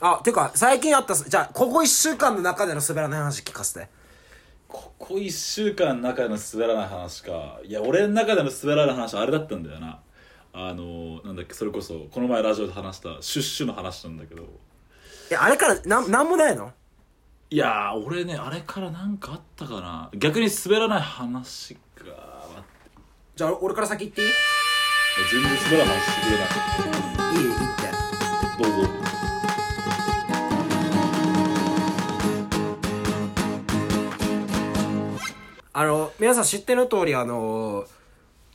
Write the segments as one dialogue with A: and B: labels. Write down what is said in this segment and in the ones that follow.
A: あてか最近あったじゃあここ1週間の中での滑らない話聞かせて
B: ここ1週間の中での滑らない話かいや俺の中での滑らない話はあれだったんだよなあのなんだっけそれこそこの前ラジオで話したシュッシュの話なんだけど
A: いやあれからなんなんもないの
B: いやー俺ねあれからなんかあったかな逆に滑らない話か待って
A: じゃあ俺から先言っていいい
B: 全然滑らない話してくれない
A: いいいって
B: どうぞ
A: あの皆さん知っての通りあの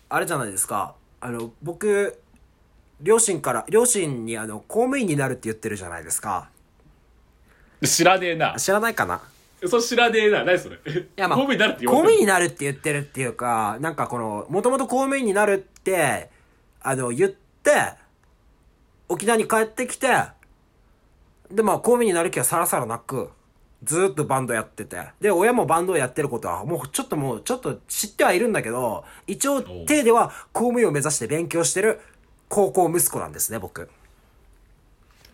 A: あれじゃないですかあの僕両親から両親にあの公務員になるって言ってるじゃないですか
B: 知らねえな
A: 知らないかな
B: それ知らねえな何それい
A: いやまあ
B: 公務員になるって言
A: 公
B: われ
A: 務
B: て
A: 員
B: る
A: になるって言ってるっていうかなんかこのもともと公務員になるってあの言って沖縄に帰ってきてでまあ公務員になる気はさらさらなくずーっとバンドやっててで親もバンドをやってることはもうちょっともうちょっと知ってはいるんだけど一応
B: おう
A: 手では公務員を目指して勉強してる高校息子なんですね僕
B: い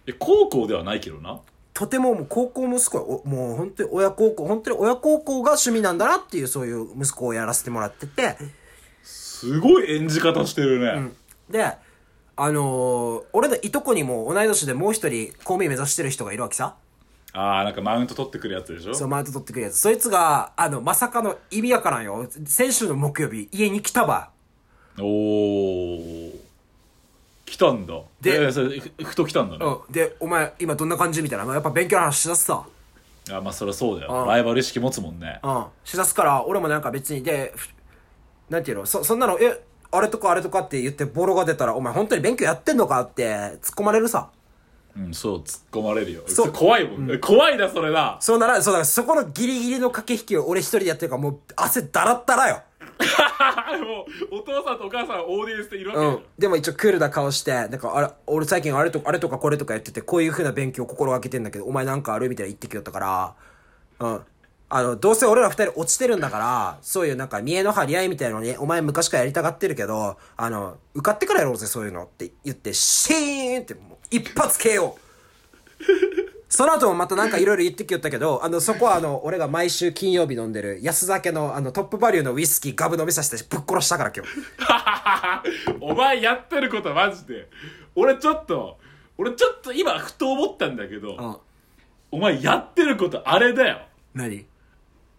B: や高校ではないけどな
A: とてももう高校息子はおもう本当に親孝行本当に親孝行が趣味なんだなっていうそういう息子をやらせてもらってて
B: すごい演じ方してるね、
A: で、あのー俺のいとこにも同い年でもう一人公務員目指してる人がいるわけさ。
B: ああなんかマウント取ってくるやつでしょ
A: そう、マウント取ってくるやつ。そいつが、あの、まさかの意味わからんよ。先週の木曜日、家に来たば。
B: おお来たんだ
A: で
B: えーそれふふと来たんだね、
A: うん。で、お前、今どんな感じみたいな。まあやっぱ勉強の話しだすさ。
B: あまあそりゃそうだよライバル意識持つもんね
A: うん。しだすから、俺もなんか別に、で、ふなんていうの、そ、そんなの、え、あれとかあれとかって言ってボロが出たら、お前本当に勉強やってんのかって突っ込まれるさ。
B: うんそう突っ込まれるよ
A: そう
B: それ怖いもんね、怖いなそれな
A: そうなら、そうだからそこのギリギリの駆け引きを俺一人でやってるから、もう汗だらったらよ。
B: もうお父さんとお母さんオーディエンスでいるわ
A: う
B: けじゃん、
A: ん。でも一応クールな顔して、なんか、あれ、俺最近あれとか、あれとかこれとかやってて、こういう風な勉強を心がけてんだけど、お前なんかあるみたいな言ってきよったから、うん。あの、どうせ俺ら二人落ちてるんだから、そういうなんか見栄の張り合いみたいなのに、お前昔からやりたがってるけど、あの、受かってからやろうぜ、そういうのって言って、シーンってもう一発 KO! その後もまたなんかいろいろ言ってきよったけど、あの、そこはあの、俺が毎週金曜日飲んでる安酒のあの、トップバリューのウイスキーガブ飲みさせてぶっ殺したから今日。
B: お前やってることマジで俺ちょっと俺ちょっと今ふと思ったんだけど、
A: うん。
B: お前やってることあれだよ
A: 何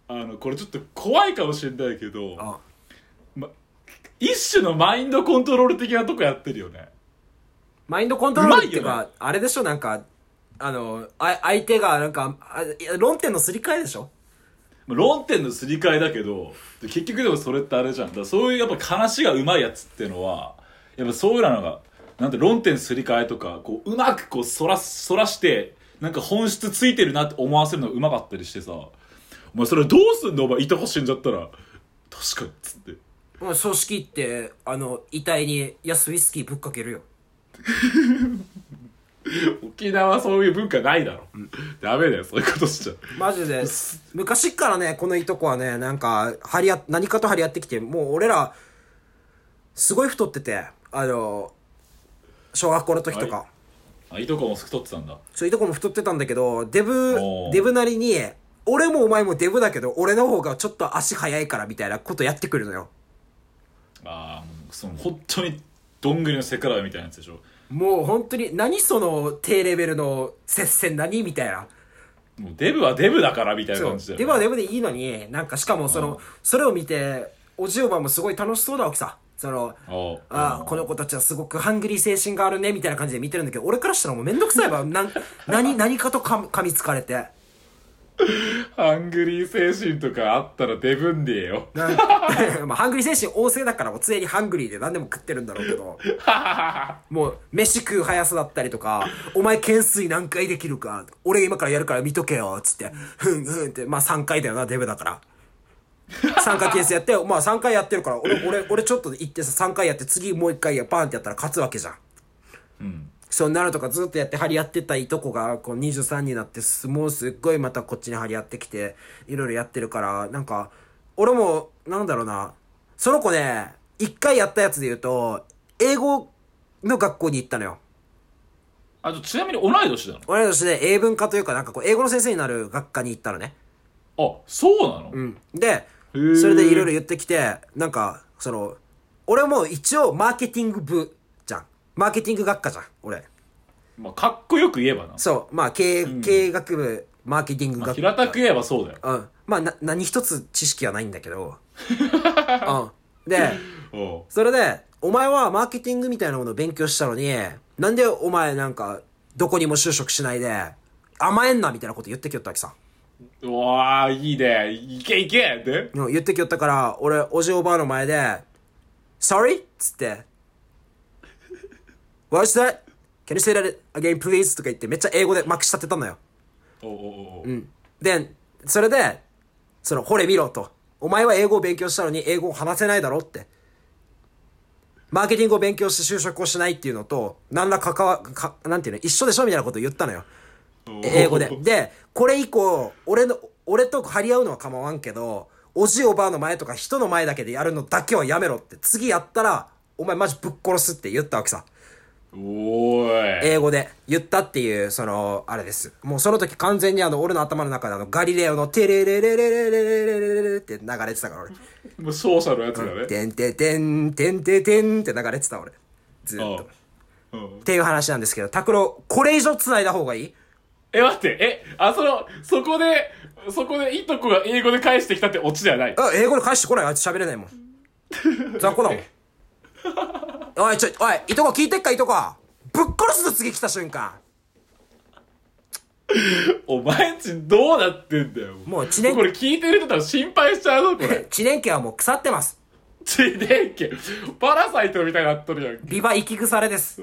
B: あのこれちょっと怖いかもしれないけど、
A: うん。
B: ま、一種のマインドコントロール的なとこやってるよね
A: マインドコントロールっていう
B: うまい
A: か、あれでしょ、なんか、あの、あ相手が、なんかあいや論点のすり替えでしょ
B: ま論点のすり替えだけど結局でもそれってあれじゃんだからそういうやっぱ話がうまいやつってのはやっぱそういうのがなんて論点すり替えとかこううまくこうそらすそらしてなんか本質ついてるなって思わせるのがうまかったりしてさお前それどうすんのお前いとこ死んじゃったら確かにっつって
A: もう葬式行って、あの、遺体に安ウイスキーぶっかけるよ。
B: 沖縄はそういう文化ないだろ、ダメだよそういうことしちゃう
A: マジで、昔っからね、このいとこはね、なんか、張り合っ、何かと張り合ってきて、もう俺ら、すごい太ってて、あの、小学校の時とか。
B: はあいとこも太ってたんだ
A: そういうとこも太ってたんだけど、デブ
B: お、ー
A: デブなりに、俺もお前もデブだけど、俺の方がちょっと足早いからみたいなことやってくるのよ。
B: ああもうその本当にどんぐりの背比べみたいなやつでしょ
A: もう本当に、何その低レベルの接戦何みたいな。
B: もうデブはデブだからみたいな
A: そ
B: 感
A: う
B: じだ。よ、ね、
A: でもでもでいいのに、なんかしかもその、それを見て、おじおばもすごい楽しそうだわけさ。その、
B: おう
A: ああ、この子たちはすごくハングリー精神があるね、みたいな感じで見てるんだけど、俺からしたらもうめんどくさいわ。なん、何、何かとかみ噛みつかれて。
B: ハングリー精神とかあったらデブんでえよ
A: まあ、ハングリー精神旺盛だからもう常にハングリーで何でも食ってるんだろうけど、もう飯食う速さだったりとか、お前懸垂何回できるか、俺今からやるから見とけよ、つって、ふんふんって、まあ3回だよな、デブだから。3回懸垂やって、まあ3回やってるから、俺、俺、俺ちょっと行ってさ、3回やって次もう1回や、バンってやったら勝つわけじゃん。そうなるとかずっとやって張り合ってたいとこがこう23になってすもうすっごいまたこっちに張り合ってきていろいろやってるからなんか俺もなんだろうなその子ね一回やったやつで言うと英語の学校に行ったのよ
B: あとちなみに同い年な
A: 俺らとして英文科というか、なんかこう、英語の先生になる学科に行ったのね。
B: のあそうなの、
A: うん。で、
B: ー
A: それでいろいろ言ってきて、なんか、その、俺も一応マーケティング部じゃん。マーケティング学科じゃん、俺。
B: まあ、かっこよく言えばな、
A: そう、まあ、経営、経営学部、マーケティング学
B: ま
A: 科。
B: あ平たく言えばそうだよ
A: うん。まあ、な、何一つ知識はないんだけど。うん。で、
B: お
A: それで、お前はマーケティングみたいなものを勉強したのに、なんでお前なんか、どこにも就職しないで、甘えんなみたいなこと言ってきよったわけさ。
B: ううわーいいねいけいけで
A: うん言ってきよったから、俺、おじおばあの前で、Sorry? っつって、What's that? Can you say that again please? とか言ってめっちゃ英語でまくし立てたんだよ。
B: おおおお、
A: で、それで、その、ほれ見ろと。お前は英語を勉強したのに英語を話せないだろって。マーケティングを勉強して就職をしないっていうのと、何ら関わ、か、なんていうの、一緒でしょみたいなことを言ったのよ。英語で。で、これ以降、俺の、俺と張り合うのは構わんけど、おじいおばあの前とか人の前だけでやるのだけはやめろって。次やったら、お前マジぶっ殺すって言ったわけさ。
B: おーい
A: 英語で言ったっていう、その、あれです。もうその時完全にあの、俺の頭の中であの、ガリレオのテレレレレレレレレレレレって流れてたから
B: もう勝者のやつだね
A: 俺。てんててん、てんててんって流れてた俺。ずっと。
B: うんうん
A: っていう話なんですけど、拓郎、これ以上繋いだ方がいい
B: え、待って、え、あ、その、そこで、そこでいとこが英語で返してきたってオチではない。
A: あ、英語で返してこない。あいつ喋れないもん。雑魚だもん。 おい、ちょ、おい、いとこ聞いてっか、いとこ。ぶっ殺すぞ、次来た瞬間。
B: お前んちどうなってんだよ。
A: もう知念。
B: これ聞いてる人多分心配しちゃうぞ、これ
A: 知念家はもう腐ってます。
B: ちねんけ。パラサイトみたいになっとるやんけ。
A: ビバ生き腐れです。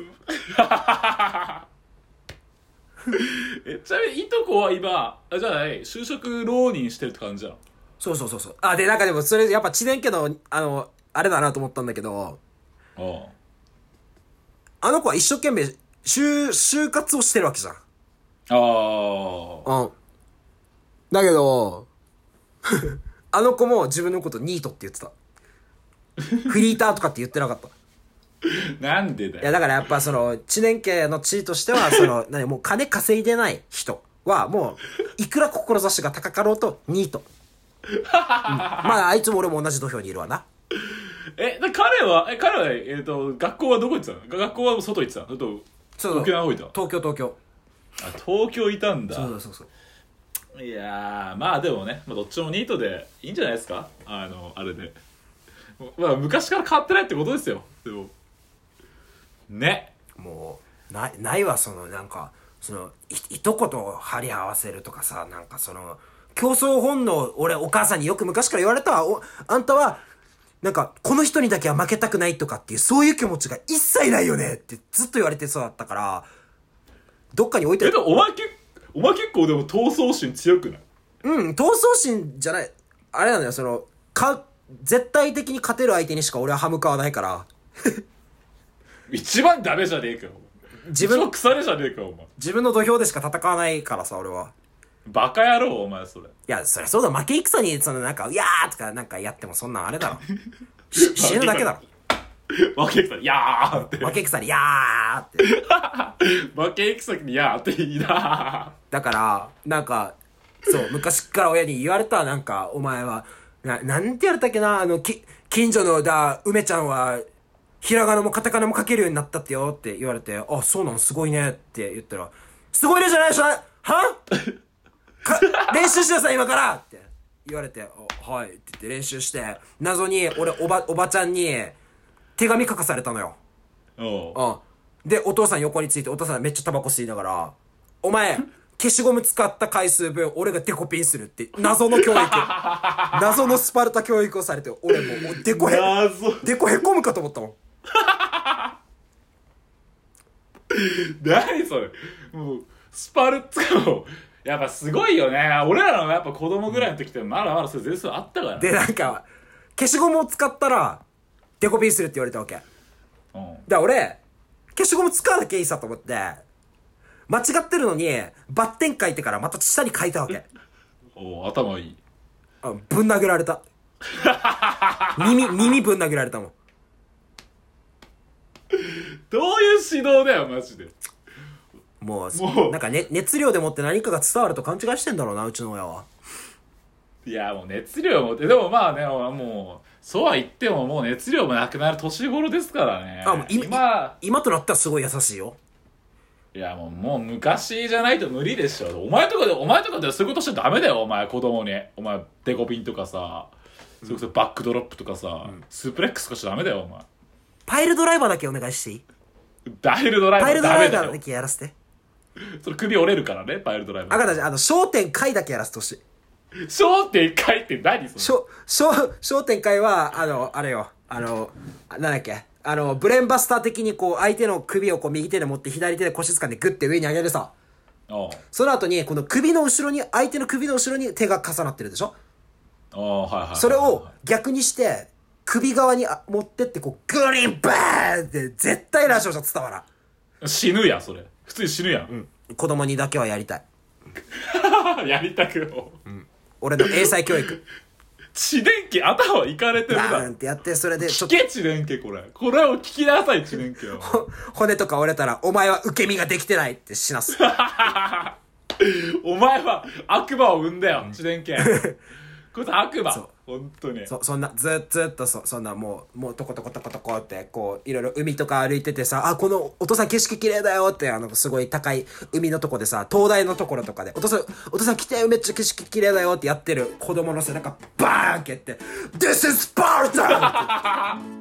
B: え、ちなみにいとこは今、あ、じゃない、就職浪人してるって感じじゃん。
A: そうそうそうそう。あ、で、なんかでも、それ、やっぱ知念家の、あの、あれだなと思ったんだけど、
B: あ
A: あの子は一生懸命、就、就活をしてるわけじゃん。
B: あ。ああ。
A: うん。だけど、 あの子も自分のことニートって言ってた。フリーターとかって言ってなかった。
B: なんで
A: い
B: だ
A: や、
B: よ。
A: だからやっぱその、知念家の地位としては、その、 何、もう金稼いでない人は、もう、いくら志が高かろうと、ニー ト。うんまあ、あいつも俺も同じ土俵にいるわな。
B: え、だ彼は、え、彼は、えっ、と、学校はどこ行ってたの学校は外行ってたのそれと、
A: そうそう
B: 沖縄の方行った
A: 東京、東京。
B: あ、東京いたんだ。
A: そうそうそう。
B: いやーまあでもね、まあ、どっちもニートでいいんじゃないですかあのあれでまあ昔から変わってないってことですよでもね
A: もう、ない、ないわ、その、なんか、その、い、いとこと張り合わせるとかさ、なんかその、競争本能、俺、お母さんによく昔から言われたわ。お、あんたは、なんか、この人にだけは負けたくないとかっていう、そういう気持ちが一切ないよねってずっと言われてそうだったから、どっかに置いて
B: え
A: る
B: で。もお前結お前結構でも闘争心強くない
A: うん、闘争心じゃない、あれなんだよ、その、か、絶対的に勝てる相手にしか俺は歯向かわないから、
B: 一番ダメじゃねえかよ
A: 自
B: 一
A: 分
B: 番、腐れじゃねえかよお前
A: 自分の土俵でしか戦わないからさ、俺は。
B: バカ野郎お前そ れ
A: いや、そりゃそうだ、負け戦に、そのなんか、いやーとかなんかやってもそんなんあれだ ろ。し死ぬだけだ
B: 負け戦いやーって
A: ろ。負け戦に、いやーって。
B: 負け戦にやーっていいな
A: だから、なんか、そう、昔から親に言われた、なんか、お前は、な、なんて言われたっけな、あの、き、近所の、だ、梅ちゃんは、ひらがなもカタカナも書けるようになったってよって言われて、あ、そうなの、すごいねって言ったら、すごいねじゃないでしょはか、練習しなさい、今からって言われて、あはいって言って練習して、謎に、俺、おば、おばちゃんに、手紙書かされたのよ。
B: おう
A: うん。で、お父さん横について、お父さんめっちゃタバコ吸いながら、お前、消しゴム使った回数分、俺がデコピンするって、謎の教育。謎のスパルタ教育をされて、俺もう、デコへ、
B: 謎
A: デコへこむかと思ったもん。
B: 何それもうスパルツかもやっぱすごいよね俺らのやっぱ子供ぐらいの時ってまだまだそれ全数あったからね
A: で、なんか、消しゴムを使ったら、デコピンするって言われたわけ。だか
B: うん
A: ら俺、消しゴム使わなきゃいいさと思って、間違ってるのに、バッテン書いてからまた下に書いたわけ。
B: おう頭いい
A: あぶん殴られた。耳、耳ぶん殴られたもん。
B: どういう指導だよマジで
A: もう
B: もう
A: なんか、ね、熱量でもって何かが伝わると勘違いしてんだろうなうちの親はい
B: やもう熱量もでもまあねもうそうは言ってももう熱量もなくなる年頃ですからね
A: あもう今
B: 今
A: 今となったらすごい優しいよ
B: いやもうもう昔じゃないと無理でしょお前とかでお前とかでそういうことしちゃダメだよお前子供にお前デコピンとかさそれこそバックドロップとかさ、スープレックスとかしちゃダメだよお前
A: パイルドライバーだけお願いしていい
B: パイルドライバ
A: パイル
B: ー
A: ド
B: ダ
A: ラ
B: メ
A: イ
B: だ
A: バーだ
B: よ
A: けやらせて
B: それ首折れるからねパイルドライバ
A: 赤
B: ー
A: 田ちゃんあの焦点回だけやらせてほしい
B: 焦点回って何それ
A: 焦焦焦点回はあのあれよあのあなんだっけあのブレーンバスター的にこう相手の首をこう右手で持って左手で腰掴んでグッて上に上げるさ
B: あ
A: その後にこの首の後ろに相手の首の後ろに手が重なってるでしょ
B: あはいはいはい
A: それを逆にして、首側にあ持ってって、こう、グリンバーンって、絶対ラジオじゃ伝わら
B: 死ぬやんそれ普通に死ぬやん、
A: ん。子供にだけはやりたい。
B: やりたくもう
A: 俺の英才教育。
B: 地電気頭いかれてる
A: バ
B: な
A: ーンってやって、それで、ちょ
B: 聞
A: っと、
B: け地電気これこれを聞きなさい地電気を
A: 骨とか折れたら、お前は受け身ができてないって死なす。
B: お前は悪魔を生んだよ地電気こいつ悪魔本当に
A: そ、そんな、ず、ずっとそ、そんな、もう、もう、とことことことこって、こう、いろいろ海とか歩いててさ、あ、この、お父さん景色綺麗だよって、あの、すごい高い海のとこでさ、灯台のところとかで、お父さん、お父さん来て、めっちゃ景色綺麗だよってやってる子供の背中、バーン蹴って、This is Sparta!